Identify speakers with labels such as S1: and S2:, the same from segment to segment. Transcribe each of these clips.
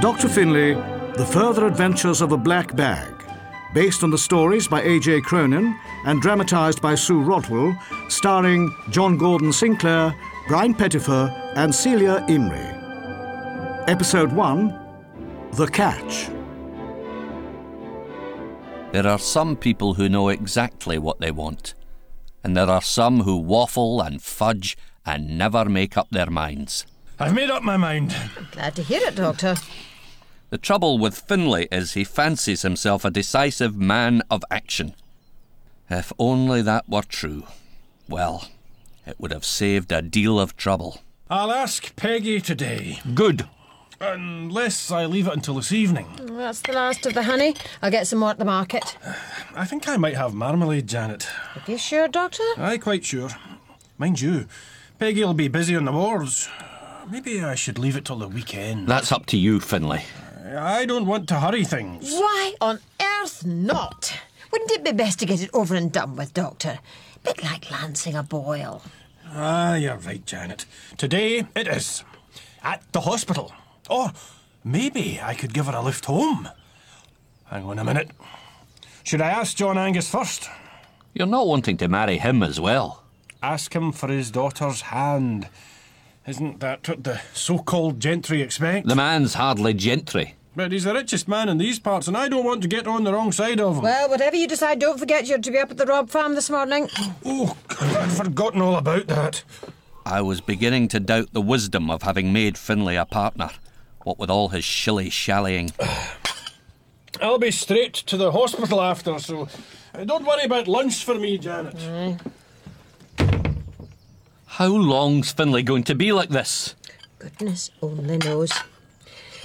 S1: Dr. Finlay, The Further Adventures of a Black Bag, based on the stories by A.J. Cronin and dramatised by Sue Rodwell, starring John Gordon Sinclair, Brian Pettifer, and Celia Imrie. Episode 1 The Catch.
S2: There are some people who know exactly what they want, and there are some who waffle and fudge and never make up their minds.
S3: I've made up my mind.
S4: Glad to hear it, Doctor.
S2: The trouble with Finlay is he fancies himself a decisive man of action. If only that were true. Well, it would have saved a deal of trouble.
S3: I'll ask Peggy today,
S2: Good.
S3: unless I leave it until this evening.
S4: That's the last of the honey. I'll get some more at the market.
S3: I think I might have marmalade, Janet.
S4: Are you sure, Doctor?
S3: Aye, quite sure. Mind you, Peggy'll be busy on the wars. Maybe I should leave it till the weekend.
S2: That's up to you, Finlay.
S3: I don't want to hurry things.
S4: Why on earth not? Wouldn't it be best to get it over and done with, Doctor? Bit like lancing a boil.
S3: Ah, you're right, Janet. Today it is. At the hospital. Or maybe I could give her a lift home. Hang on a minute. Should I ask John Angus first?
S2: You're not wanting to marry him as well.
S3: ask him for his daughter's hand. Isn't that what the so called gentry expect?
S2: The man's hardly gentry.
S3: But he's the richest man in these parts, and I don't want to get on the wrong side of him.
S4: Well, whatever you decide, don't forget you're to be up at the Rob Farm this morning.
S3: oh, God, I'd forgotten all about that.
S2: I was beginning to doubt the wisdom of having made Finlay a partner, what with all his shilly shallying.
S3: I'll be straight to the hospital after, so uh, don't worry about lunch for me, Janet.
S2: How long's Finlay going to be like this?
S4: Goodness only knows.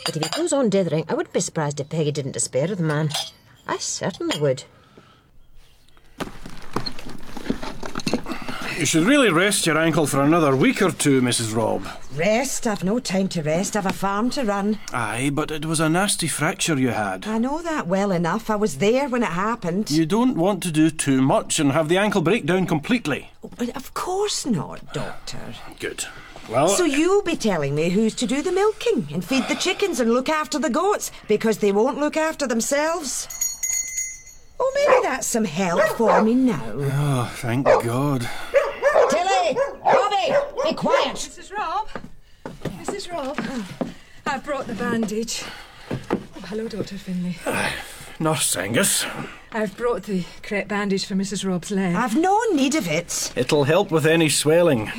S4: But if he goes on dithering, I wouldn't be surprised if Peggy didn't despair of the man. I certainly would.
S3: You should really rest your ankle for another week or two, Mrs. Robb.
S5: Rest? I've no time to rest. I've a farm to run.
S3: Aye, but it was a nasty fracture you had.
S5: I know that well enough. I was there when it happened.
S3: You don't want to do too much and have the ankle break down completely.
S5: But of course not, Doctor.
S3: Good. Well,
S5: So you'll be telling me who's to do the milking and feed the chickens and look after the goats because they won't look after themselves. Oh, maybe that's some help for me now.
S3: oh, thank God.
S4: Tilly! Bobby! Be quiet!
S6: Mrs. Rob? Mrs. Rob? I brought the bandage. Oh, hello, Dr. Finlay.
S3: Nurse Angus,
S6: I've brought the correct bandage for Mrs. Rob's leg.
S5: I've no need of it.
S3: It'll help with any swelling.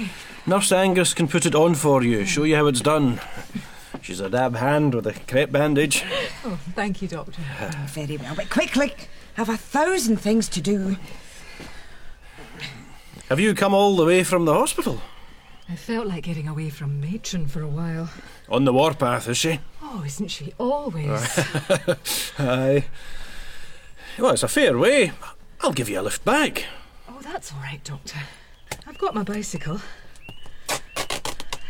S3: Nurse Angus can put it on for you, show you how it's done. She's a dab hand with a crepe bandage.
S6: Oh, thank you, Doctor.
S5: Very well, but quickly. I've a thousand things to do.
S3: Have you come all the way from the hospital?
S6: I felt like getting away from matron for a while.
S3: On the warpath, is she?
S6: Oh, isn't she always?
S3: Aye. Well, it's a fair way. I'll give you a lift back.
S6: oh, that's all right, Doctor. I've got my bicycle.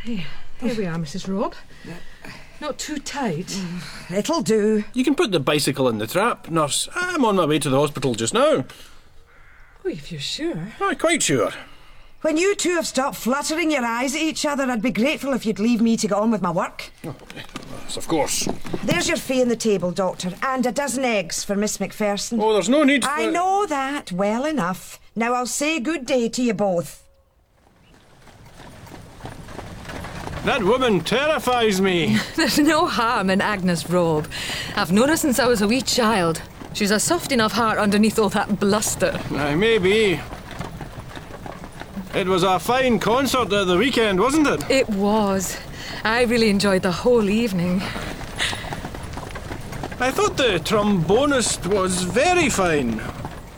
S6: Hey, here we are, Mrs. Rob. Not too tight.
S5: Mm. It'll do.
S3: You can put the bicycle in the trap, nurse. I'm on my way to the hospital just now.
S6: Oh, if you're sure.
S3: Aye, quite sure.
S5: When you two have stopped fluttering your eyes at each other, I'd be grateful if you'd leave me to get on with my work.
S3: Yes, of course.
S5: There's your fee on the table, Doctor, and a dozen eggs for Miss MacPherson.
S3: Oh, there's no need.
S5: I
S3: for-
S5: know that well enough. Now I'll say good day to you both.
S3: That woman terrifies me.
S6: There's no harm in Agnes Robb. I've known her since I was a wee child. She's a soft enough heart underneath all that bluster.
S3: Aye, maybe. It was a fine concert at the weekend, wasn't it?
S6: It was. I really enjoyed the whole evening.
S3: I thought the trombonist was very fine.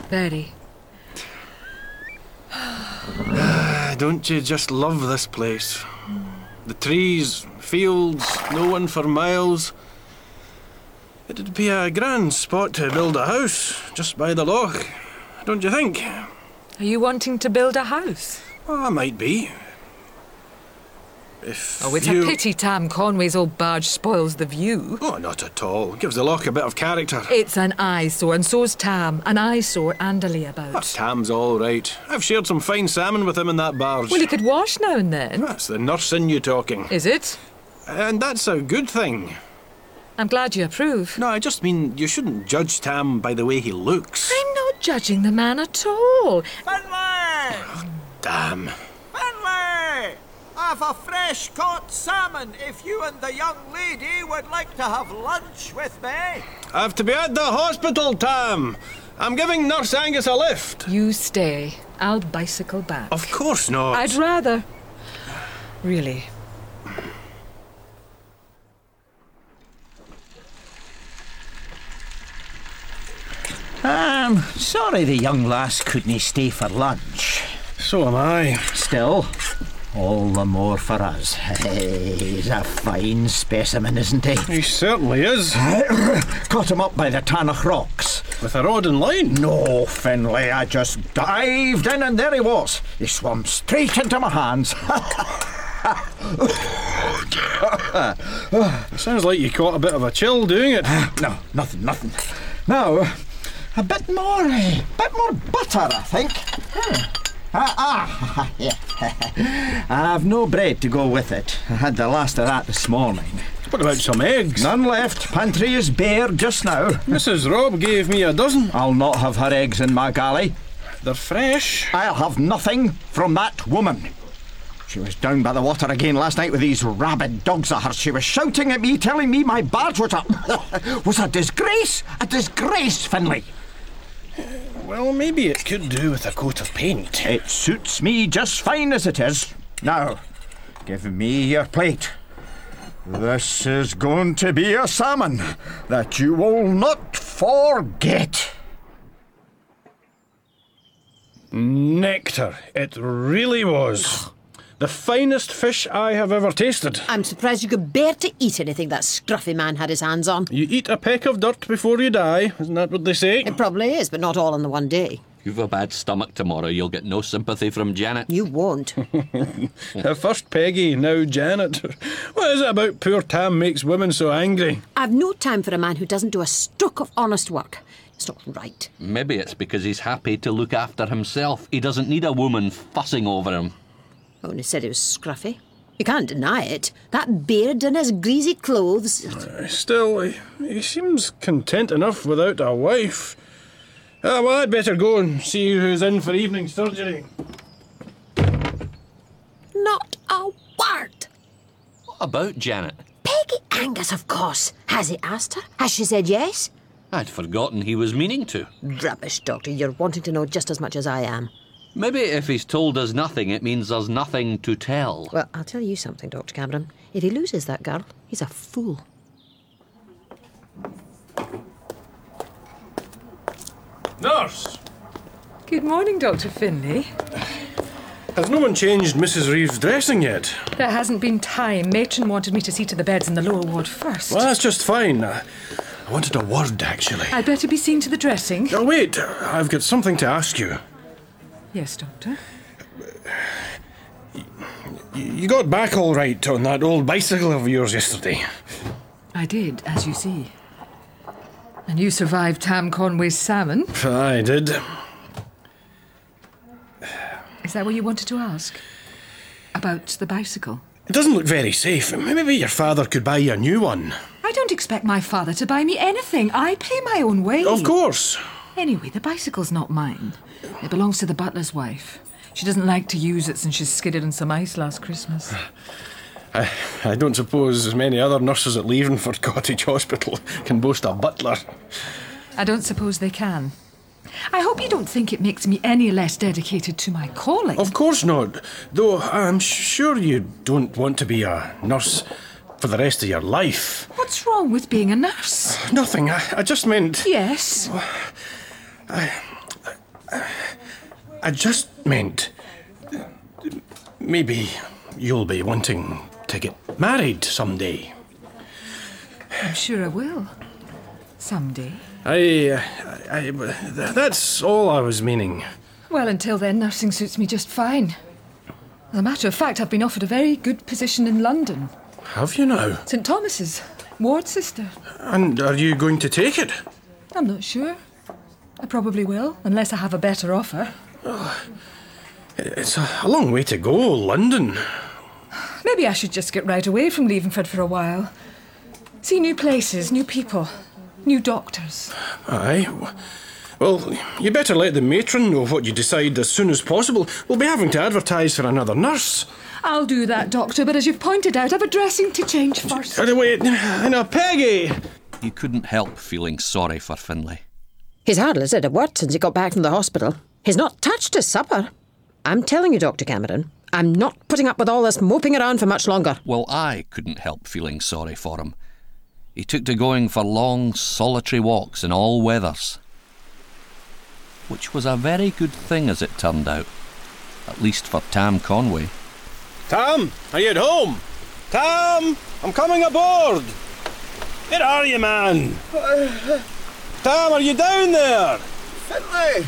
S6: Very.
S3: Ah, Don't you just love this place? The trees, fields, no one for miles. It'd be a grand spot to build a house just by the loch, don't you think?
S6: Are you wanting to build a house?
S3: Well, I might be. If
S6: Oh, it's
S3: you...
S6: a pity Tam Conway's old barge spoils the view.
S3: Oh, not at all. Gives the loch a bit of character.
S6: It's an eyesore, and so's Tam, an eyesore and a
S3: Ah,
S6: layabout.
S3: Tam's all right. I've shared some fine salmon with him in that barge.
S6: Well, you could wash now and then.
S3: That's the nurse in you talking.
S6: Is it?
S3: And that's a good thing.
S6: I'm glad you approve.
S3: No, I just mean you shouldn't judge Tam by the way he looks.
S6: I'm not judging the man at all.
S7: Finlay!
S3: Damn.
S7: Finlay! I've a fresh caught salmon if you and the young lady would like to have lunch with me.
S3: I have to be at the hospital, Tam. I'm giving Nurse Angus a lift.
S6: You stay. I'll bicycle back.
S3: Of course not.
S6: I'd rather. Really.
S1: I'm sorry the young lass couldn't stay for lunch.
S3: So am I.
S1: Still, all the more for us. He's a fine specimen, isn't he?
S3: He certainly is.
S1: Caught him up by the Tannock Rocks.
S3: With a rod and line.
S1: No, Finlay, I just dived in and there he was. He swam straight into my hands.
S3: It sounds like you caught a bit of a chill doing it.
S1: no, nothing, nothing. Now, a bit more, a bit more butter, I think. Hmm. Ah, ah, yeah. I've no bread to go with it. I had the last of that this morning.
S3: What about some eggs?
S1: None left. Pantry is bare just now.
S3: Mrs. Rob gave me a dozen.
S1: I'll not have her eggs in my galley.
S3: They're fresh.
S1: I'll have nothing from that woman. She was down by the water again last night with these rabid dogs of hers. She was shouting at me, telling me my barge was a was a disgrace, a disgrace, Finlay.
S3: Well, maybe it could do with a coat of paint.
S1: It suits me just fine as it is. Now, give me your plate. This is going to be a salmon that you will not forget.
S3: Nectar. It really was. The finest fish I have ever tasted.
S4: I'm surprised you could bear to eat anything that scruffy man had his hands on.
S3: You eat a peck of dirt before you die, isn't that what they say?
S4: It probably is, but not all in the one day.
S2: You've a bad stomach tomorrow. You'll get no sympathy from Janet.
S4: You won't.
S3: At first Peggy, now Janet. What is it about poor Tam makes women so angry?
S4: I've no time for a man who doesn't do a stroke of honest work. It's not right.
S2: Maybe it's because he's happy to look after himself. He doesn't need a woman fussing over him.
S4: I only said it was scruffy. You can't deny it. That beard and his greasy clothes.
S3: Still, he, he seems content enough without a wife. Ah, well, I'd better go and see who's in for evening surgery.
S4: Not a word.
S2: What about Janet?
S4: Peggy Angus, of course. Has he asked her? Has she said yes?
S2: I'd forgotten he was meaning to.
S4: Rubbish, Doctor. You're wanting to know just as much as I am.
S2: Maybe if he's told us nothing, it means there's nothing to tell.
S4: Well, I'll tell you something, Dr. Cameron. If he loses that girl, he's a fool.
S3: Nurse!
S6: Good morning, Dr. Finlay.
S3: Has no one changed Mrs. Reeves' dressing yet?
S6: There hasn't been time. Matron wanted me to see to the beds in the lower ward first.
S3: Well, that's just fine. I I wanted a word, actually.
S6: I'd better be seen to the dressing.
S3: Oh, wait, I've got something to ask you.
S6: Yes, Doctor.
S3: You got back all right on that old bicycle of yours yesterday.
S6: I did, as you see. And you survived Tam Conway's salmon.
S3: I did.
S6: Is that what you wanted to ask? About the bicycle?
S3: It doesn't look very safe. Maybe your father could buy you a new one.
S6: I don't expect my father to buy me anything. I pay my own way.
S3: Of course.
S6: Anyway, the bicycle's not mine. It belongs to the butler's wife. She doesn't like to use it since she skidded on some ice last Christmas.
S3: I, I don't suppose as many other nurses at Leavenford Cottage Hospital can boast a butler.
S6: I don't suppose they can. I hope you don't think it makes me any less dedicated to my calling.
S3: Of course not. Though I'm sure you don't want to be a nurse for the rest of your life.
S6: What's wrong with being a nurse?
S3: Nothing. I, I just meant.
S6: Yes.
S3: I just meant. Maybe you'll be wanting to get married someday.
S6: I'm sure I will. Someday.
S3: I, uh, I, I- th- that's all I was meaning.
S6: Well, until then, nursing suits me just fine. As a matter of fact, I've been offered a very good position in London.
S3: Have you now?
S6: St Thomas's, ward sister.
S3: And are you going to take it?
S6: I'm not sure. I probably will, unless I have a better offer.
S3: It's a, a long way to go, London.
S6: Maybe I should just get right away from Leavenford for a while. See new places, new people, new doctors.
S3: Aye. w- Well, you better let the matron know what you decide as soon as possible. We'll be having to advertise for another nurse.
S6: I'll do that, Doctor, but as you've pointed out, I've a dressing to change first.
S3: Out of way, and a Peggy!
S2: He couldn't help feeling sorry for Finlay.
S4: He's hardly said a word since he got back from the hospital. He's not touched his supper. I'm telling you, Dr. Cameron, I'm not putting up with all this moping around for much longer.
S2: Well, I couldn't help feeling sorry for him. He took to going for long, solitary walks in all weathers. Which was a very good thing as it turned out, at least for Tam Conway.
S3: Tom, are you at home? Tom, I'm coming aboard. Where are you, man? Tom, are you down there?
S8: Finlay!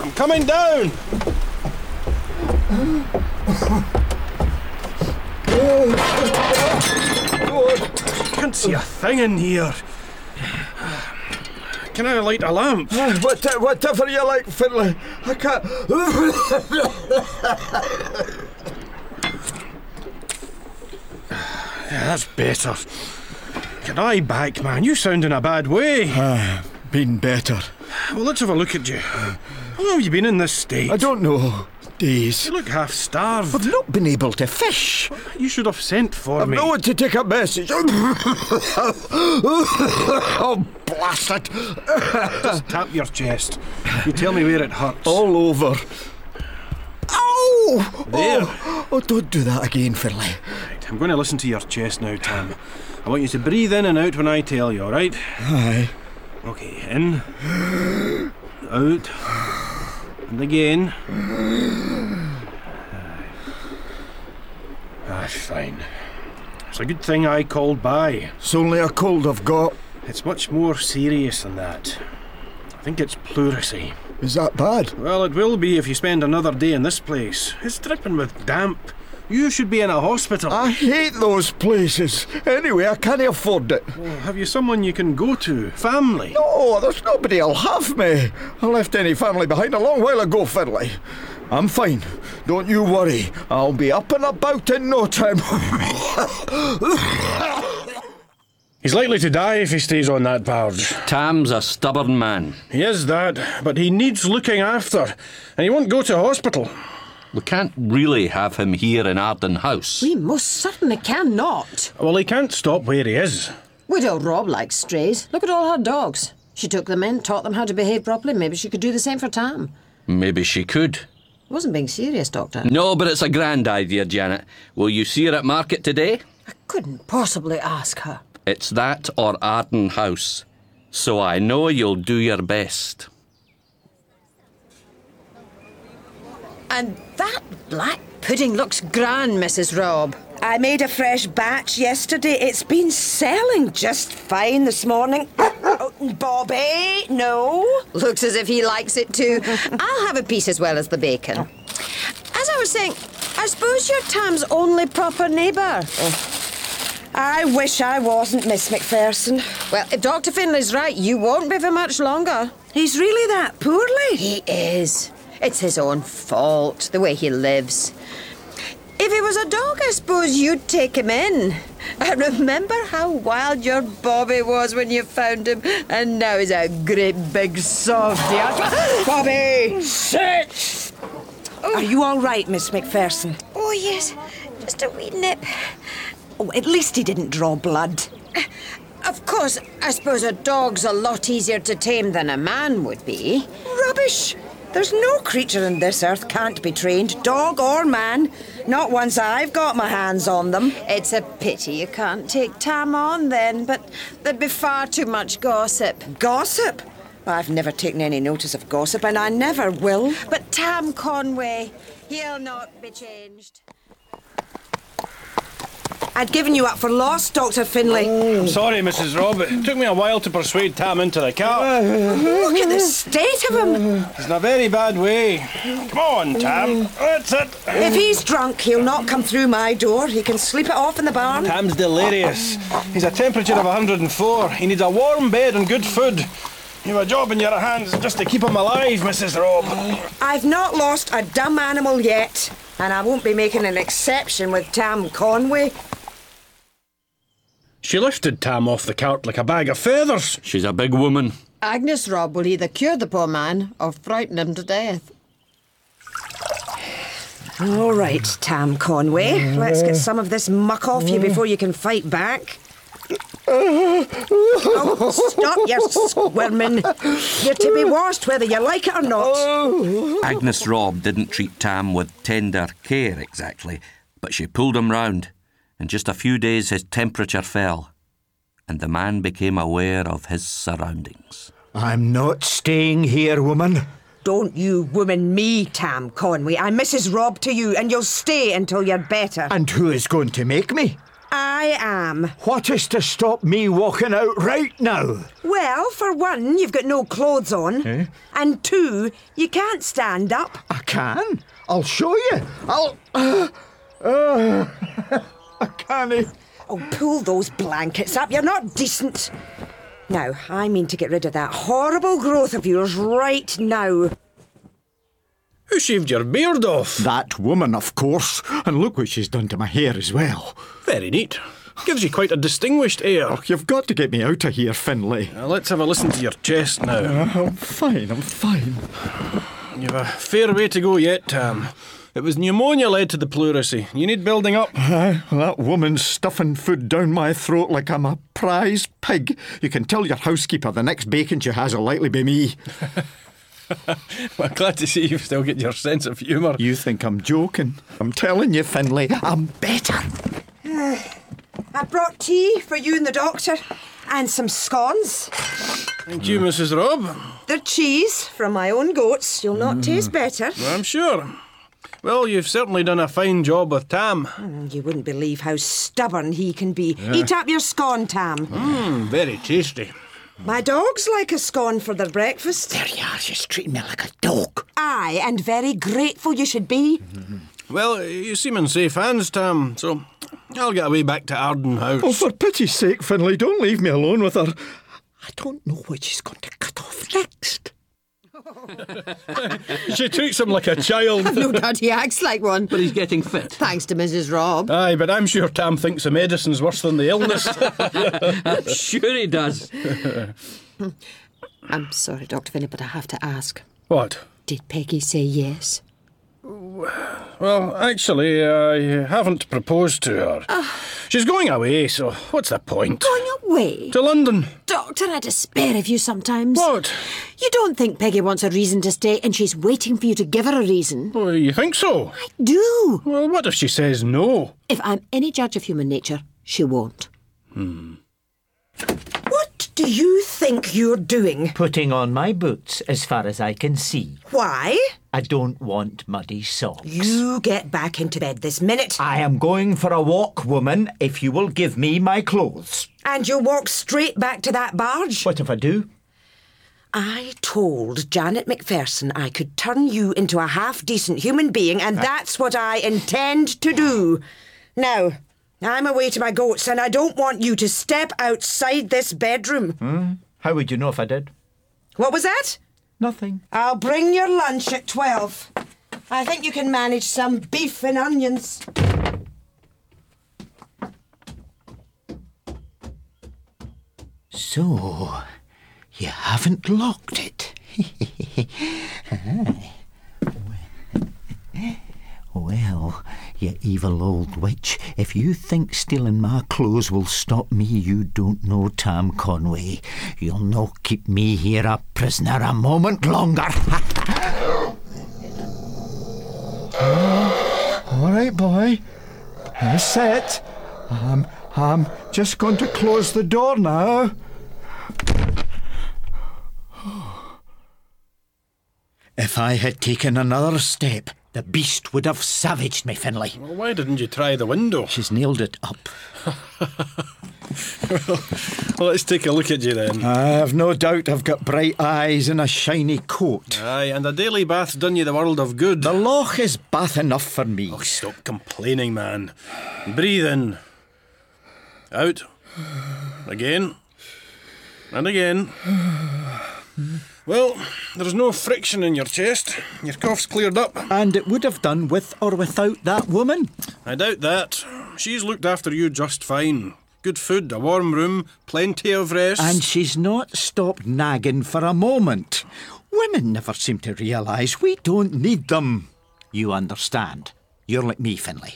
S3: I'm coming down. Can't see a thing in here. Can I light a lamp?
S9: What, whatever you like, Finlay. I can't.
S3: Yeah, that's better. Get I back, man. You sound in a bad way.
S9: been better.
S3: Well, let's have a look at you. How long have you been in this state?
S9: I don't know. Days.
S3: You look half
S9: I've
S3: starved.
S9: not been able to fish.
S3: You should have sent for me.
S9: No one to take a message. oh, blast it.
S3: Tap your chest. You tell me where it hurts.
S9: All over. Ow!
S3: There.
S9: Oh, oh, don't do that again, Finlay.
S3: Right, I'm going to listen to your chest now, Tam. I want you to breathe in and out when I tell you, alright?
S9: Aye.
S3: Okay, in. Out. And again. That's fine. It's a good thing I called by.
S9: It's only a cold I've got.
S3: It's much more serious than that. I think it's pleurisy.
S9: Is that bad?
S3: Well, it will be if you spend another day in this place. It's dripping with damp. You should be in a hospital.
S1: Ah.
S9: I hate those places. Anyway, I can't afford it.
S3: Have you someone you can go to? Family?
S9: No, Oh, there's nobody'll have me. I left any family behind a long while ago, Finlay. I'm fine. Don't you worry. I'll be up and about in no time.
S3: He's likely to die if he stays on that barge.
S2: Tam's a stubborn man.
S3: He is that, but he needs looking after, and he won't go to hospital.
S2: We can't really have him here in Arden House.
S4: We most certainly cannot.
S3: Well, he can't stop where he is.
S4: We don't rob like strays. Look at all her dogs. She took them in, taught them how to behave properly. Maybe she could do the same for Tam.
S2: Maybe she could.
S4: I wasn't being serious, Doctor.
S2: No, but it's a grand idea, Janet. Will you see her at market today?
S4: I couldn't possibly ask her.
S2: It's that or Arden House. So I know you'll do your best.
S4: And that black pudding looks grand, Mrs. Robb.
S5: I made a fresh batch yesterday. It's been selling just fine this morning. Oh, Bobby, no.
S4: Looks as if he likes it too. I'll have a piece as well as the bacon. As I was saying, I suppose you're Tam's only proper neighbour.
S5: I wish I wasn't Miss McPherson.
S4: Well, if Dr. Finlay's right, you won't be for much longer.
S5: He's really that poorly.
S4: He is. It's his own fault, the way he lives. If he was a dog, I suppose you'd take him in. I remember how wild your Bobby was when you found him, and now he's a great big softy.
S5: Bobby, sit! Are you all right, Miss McPherson?
S10: Oh, yes, just a wee nip.
S5: Oh, at least he didn't draw blood.
S4: Of course, I suppose a dog's a lot easier to tame than a man would be.
S5: Rubbish! There's no creature on this earth can't be trained, dog or man. Not once I've got my hands on them.
S4: It's a pity you can't take Tam on then, but there'd be far too much gossip.
S5: Gossip? I've never taken any notice of gossip, and I never will.
S4: But Tam Conway, he'll not be changed.
S5: I'd given you up for lost, Dr. Finlay.
S3: I'm sorry, Mrs. Robb. It took me a while to persuade Tam into the car.
S5: Look at
S4: Mm.
S5: the state of him.
S3: He's in a very bad way. Come on, Tam. That's it.
S5: If he's drunk, he'll not come through my door. He can sleep it off in the barn.
S3: Tam's delirious. He's a temperature of 104. He needs a warm bed and good food. You have a job in your hands just to keep him alive, Mrs. Robb.
S5: I've not lost a dumb animal yet, and I won't be making an exception with Tam Conway.
S3: She lifted Tam off the cart like a bag of feathers.
S2: She's a big woman.
S11: Agnes Robb will either cure the poor man or frighten him to death.
S4: All right, Tam Conway.
S5: Mm.
S4: Let's get some of this muck off you before you can fight back. Oh, stop your squirming. You're to be washed whether you like it or not.
S2: Agnes Robb didn't treat Tam with tender care exactly, but she pulled him round. In just a few days, his temperature fell, and the man became aware of his surroundings.
S12: I'm not staying here, woman.
S4: Don't you woman me, Tam Conway. I'm Mrs. Robb to you, and you'll stay until you're better.
S12: And who is going to make me?
S4: I am.
S12: What is to stop me walking out right now?
S4: Well, for one, you've got no clothes on.
S12: Eh?
S4: And two, you can't stand up.
S12: I can. I'll show you. I'll. Uh, uh, I can't. e-
S4: Oh, pull those blankets up. You're not decent. Now, I mean to get rid of that horrible growth of yours right now.
S3: Who shaved your beard off?
S1: That woman, of course. And look what she's done to my hair as well.
S3: Very neat. Gives you quite a distinguished air. Oh,
S1: you've got to get me out of here, Finlay.
S3: Now, let's have a listen to your chest now.
S1: Uh, I'm fine, I'm fine.
S3: You've a fair way to go yet, Tam. It was pneumonia led to the pleurisy. You need building up.
S1: Uh, that woman's stuffing food down my throat like I'm a prize pig. You can tell your housekeeper the next bacon she has will likely be me.
S3: well, glad to see you've still got your sense of humour.
S1: You think I'm joking? I'm telling you, Finlay, I'm better.
S4: Uh, I brought tea for you and the doctor, and some scones.
S3: Thank you, Mrs. Robb.
S4: They're cheese from my own goats. You'll not taste better.
S3: Well, I'm sure. Well, you've certainly done a fine job with Tam.
S4: Mm, You wouldn't believe how stubborn he can be.
S3: Yeah.
S4: Eat up your scone, Tam.
S3: Mmm, very tasty.
S4: My dogs like a scone for their breakfast. There you are, just treating me like a dog. Aye, and very grateful you should be.
S3: Well, you seem in safe hands, Tam, so I'll get away back to Arden House.
S1: Oh, for pity's sake, Finlay, don't leave me alone with her.
S12: I don't know what she's going to cut off next.
S3: she treats him like a child.
S11: no doubt he acts like one. But
S2: he's getting fit.
S11: Thanks to Mrs. Robb.
S3: Aye, but I'm sure Tam thinks the medicine's worse than the illness.
S2: I'm sure he does.
S11: I'm sorry, Dr. Finney, but I have to ask.
S3: What?
S11: Did Peggy say yes?
S3: well, actually, I haven't proposed to her. She's going away, so what's the point?
S13: Going away?
S3: To London.
S13: Doctor, I despair of you sometimes.
S3: What?
S13: You don't think Peggy wants a reason to stay and she's waiting for you to give her a reason?
S3: Well, you think so? I
S13: do.
S3: Well, what if she says no?
S13: If I'm any judge of human nature, she won't.
S3: Hmm.
S4: What do you think you're doing?
S12: Putting on my boots as far as I can see.
S4: Why?
S12: I don't want muddy socks.
S4: You get back into bed this minute.
S12: I am going for a walk, woman, if you will give me my clothes.
S4: And you'll walk straight back to that barge?
S12: What if I do?
S4: I told Janet McPherson I could turn you into a half decent human being, and that's what I intend to do. Now, I'm away to my goats, and I don't want you to step outside this bedroom.
S12: Hmm? How would you know if I did?
S4: What was that?
S12: Nothing.
S4: I'll bring your lunch at 12. I think you can manage some beef and onions.
S12: So, you haven't locked it. Aye. Well, you evil old witch, if you think stealing my clothes will stop me, you don't know Tam Conway. You'll not keep me here a prisoner a moment longer.
S1: All right, boy. That's it. I'm, I'm just going to close the door now.
S12: if I had taken another step, the beast would have savaged me, Finlay.
S3: Well, why didn't you try the window?
S12: She's nailed it up.
S3: well, let's take a look at you then.
S1: I've no doubt I've got bright eyes and a shiny coat.
S3: Aye, and a daily bath's done you the world of good. The
S1: loch is bath enough for me.
S3: Oh, stop complaining, man. Breathe in. Out. Again. And again. Well, there's no friction in your chest. Your cough's cleared up.
S1: And it would have done with or without that woman.
S3: I doubt that. She's looked after you just fine. Good food, a warm room, plenty of rest.
S1: And she's not stopped nagging for a moment. Women never seem to realise we don't need them. You understand. You're like me, Finlay.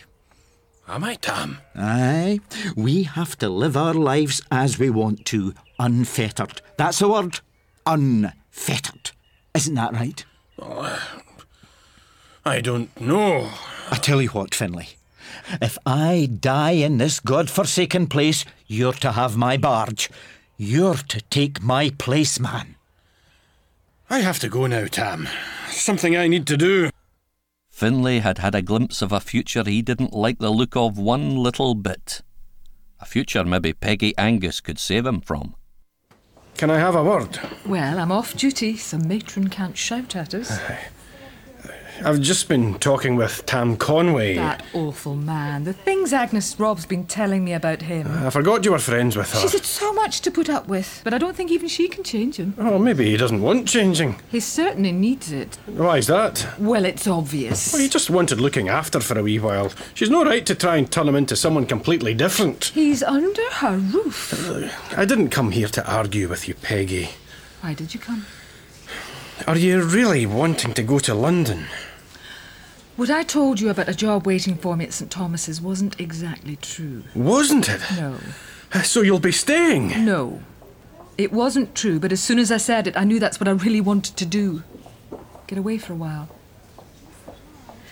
S3: Am I, Tam?
S1: Aye. We have to live our lives as we want to, unfettered. That's the word. Unfettered. Isn't that right?
S3: I don't know.
S1: I tell you what, Finlay. If I die in this godforsaken place, you're to have my barge. You're to take my place, man.
S3: I have to go now, Tam. Something I need to do.
S2: Finlay had had a glimpse of a future he didn't like the look of one little bit. A future maybe Peggy Angus could save him from.
S3: Can I have a word?
S6: Well, I'm off duty, so matron can't shout at us.
S3: I've just been talking with Tam Conway.
S6: That awful man. The things Agnes Rob's been telling me about him.
S3: I forgot you were friends with her.
S6: She's had so much to put up with, but I don't think even she can change him.
S3: Oh, maybe he doesn't want changing.
S6: He certainly needs it.
S3: Why's that?
S6: Well, it's obvious.
S3: Well, he just wanted looking after for a wee while. She's no right to try and turn him into someone completely different.
S6: He's under her roof.
S3: I didn't come here to argue with you, Peggy.
S6: Why did you come?
S3: Are you really wanting to go to London?
S6: What I told you about a job waiting for me at St Thomas's wasn't exactly true.
S3: Wasn't it?
S6: No.
S3: So you'll be staying?
S6: No. It wasn't true, but as soon as I said it, I knew that's what I really wanted to do get away for a while.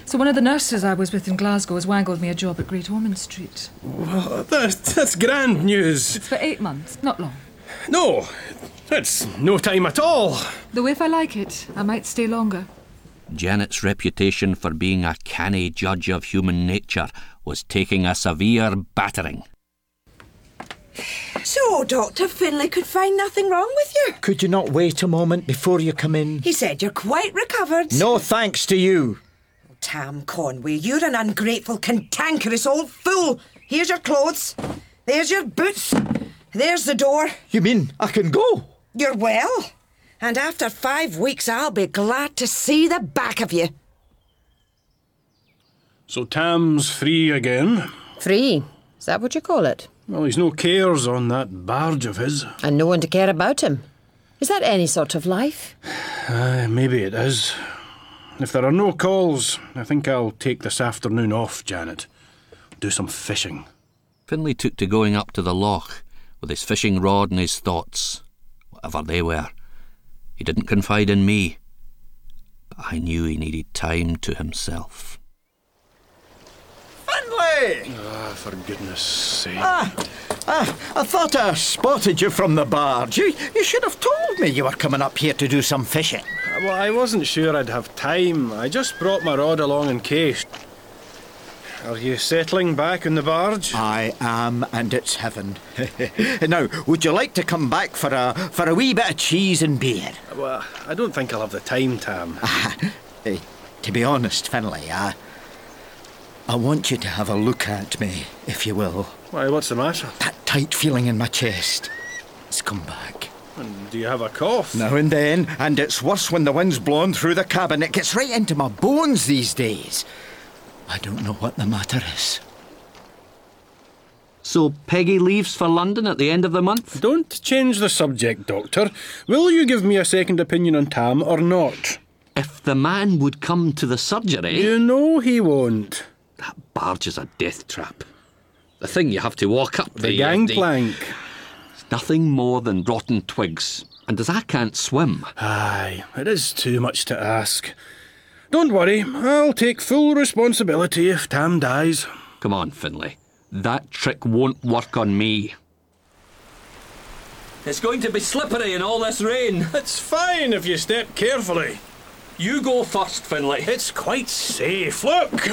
S6: So, one of the nurses I was with in Glasgow has wangled me a job at Great Ormond Street.
S3: Well, that's, that's grand news.
S6: It's for eight months, not long.
S3: No, that's no time at all.
S6: Though, if I like it, I might stay longer.
S2: Janet's reputation for being a canny judge of human nature was taking a severe battering.
S5: So Dr. Finlay could find nothing wrong with you.
S1: Could you not wait a moment before you come in?
S5: He said you're quite recovered.
S1: No thanks to you.
S5: Tam Conway, you're an ungrateful, cantankerous old fool. Here's your clothes. There's your boots. There's the door.
S1: You mean I can go?
S5: You're well. And after five weeks, I'll be glad to see the back of you.
S3: So Tam's free again.
S4: Free? Is that what you call it?
S3: Well, he's no cares on that barge of his.
S4: And no one to care about him. Is that any sort of life?
S3: Aye, Uh, maybe it is. If there are no calls, I think I'll take this afternoon off, Janet. Do some fishing.
S2: Finlay took to going up to the loch with his fishing rod and his thoughts, whatever they were. He didn't confide in me, but I knew he needed time to himself.
S14: Finlay!
S3: Ah, for goodness sake.
S14: Ah, ah, I thought I spotted you from the barge. You, you should have told me you were coming up here to do some fishing.
S3: Well, I wasn't sure I'd have time. I just brought my rod along in case. Are you settling back in the barge?
S12: I am, and it's heaven. now, would you like to come back for a for a wee bit of cheese and beer?
S3: Well, I don't think I'll have the time, Tam.
S12: Eh, to be honest, Finlay, I I want you to have a look at me, if you will.
S3: Why, what's the matter?
S12: That tight feeling in my chest. It's come back.
S3: And do you have a cough?
S12: Now and then, and it's worse when the wind's blowing through the cabin. It gets right into my bones these days. I don't know what the matter is.
S2: So Peggy leaves for London at the end of the month?
S3: Don't change the subject, Doctor. Will you give me a second opinion on Tam or not?
S2: If the man would come to the surgery.
S3: You know he won't.
S2: That barge is a death trap. The thing you have to walk up the,
S3: The gangplank.
S2: It's nothing more than rotten twigs. And as I can't swim,
S3: Aye, it is too much to ask. Don't worry, I'll take full responsibility if Tam dies.
S2: come on, Finlay. That trick won't work on me. It's going to be slippery in all this rain.
S3: It's fine if you step carefully.
S2: You go first, Finlay.
S3: It's quite safe. Look!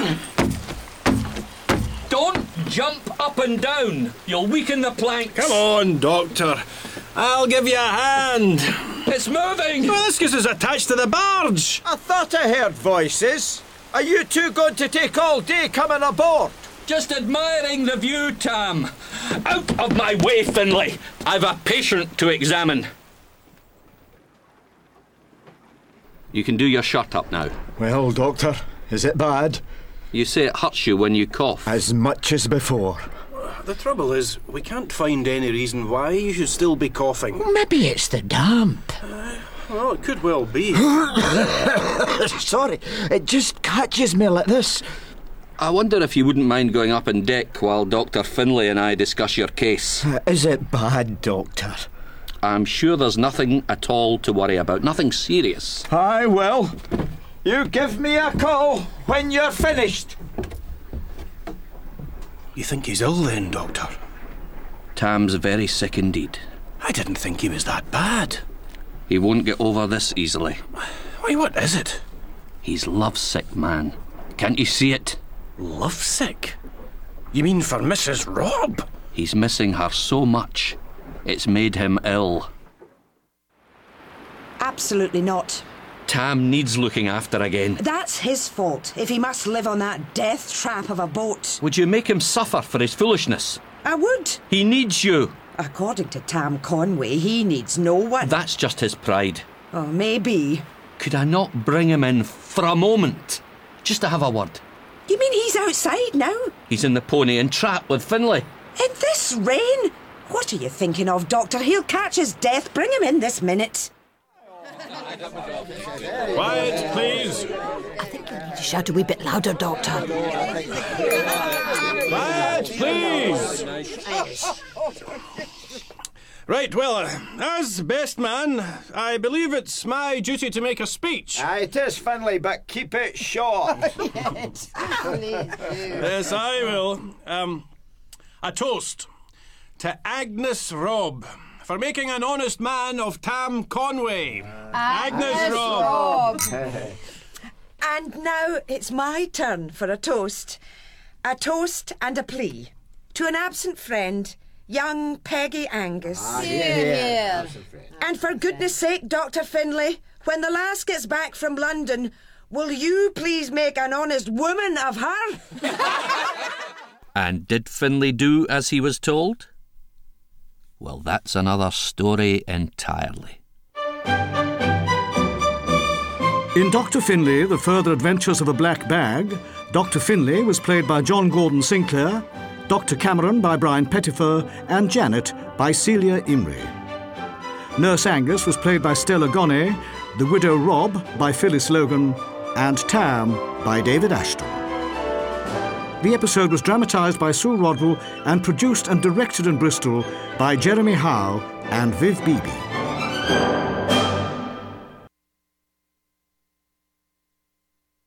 S2: Don't jump up and down. You'll weaken the planks.
S3: Come on, Doctor. I'll give you a hand.
S2: It's moving.
S3: Well, this is attached to the barge.
S14: I thought I heard voices. Are you two going to take all day coming aboard?
S2: Just admiring the view, Tam. Out of my way, Finlay. I've a patient to examine. You can do your shirt up now.
S14: Well, Doctor, is it bad?
S2: You say it hurts you when you cough.
S14: As much as before.
S3: The trouble is, we can't find any reason why you should still be coughing.
S12: Maybe it's the damp.
S3: Well, it could well be.
S12: Sorry, it just catches me like this.
S2: I wonder if you wouldn't mind going up in deck while Dr. Finlay and I discuss your case.
S1: Uh,
S12: Is it bad, Doctor?
S2: I'm sure there's nothing at all to worry about, nothing serious.
S15: Aye, well, you give me a call when you're finished.
S3: You think he's ill then, Doctor?
S2: Tam's very sick indeed.
S3: I didn't think he was that bad.
S2: He won't get over this easily.
S3: Why, what is it?
S2: He's lovesick, man. Can't you see it?
S3: Lovesick? You mean for Mrs. Robb?
S2: He's missing her so much. It's made him ill.
S5: Absolutely not.
S2: Tam needs looking after again.
S5: That's his fault if he must live on that death trap of a boat.
S2: Would you make him suffer for his foolishness?
S5: I would.
S2: He needs you.
S5: According to Tam Conway, he needs no one.
S2: That's just his pride.
S5: Oh, maybe.
S2: Could I not bring him in for a moment? Just to have a word.
S5: You mean he's outside now?
S2: He's in the pony and trap with Finlay.
S5: In this rain? What are you thinking of, Doctor? He'll catch his death. Bring him in this minute.
S3: Quiet, please.
S16: Shout a wee bit louder, Doctor.
S3: Quiet, please. Right, well, uh, as best man, I believe it's my duty to make a speech.
S15: Aye, it is, Finlay, but keep it short.
S3: Yes, I will. Um, a toast to Agnes Robb for making an honest man of Tam Conway. Agnes, Robb.
S5: And now it's my turn for a toast. A toast and a plea. To an absent friend, young Peggy Angus. And for goodness sake, Dr. Finlay, when the lass gets back from London, will you please make an honest woman of her?
S2: And did Finlay do as he was told? Well, that's another story entirely.
S1: In Dr. Finlay, The Further Adventures of a Black Bag, Dr. Finlay was played by John Gordon Sinclair, Dr. Cameron by Brian Pettifer, and Janet by Celia Imrie. Nurse Angus was played by Stella Gone, The Widow Rob by Phyllis Logan, and Tam by David Ashton. The episode was dramatised by Sue Rodwell and produced and directed in Bristol by Jeremy Howe and Viv Beebe.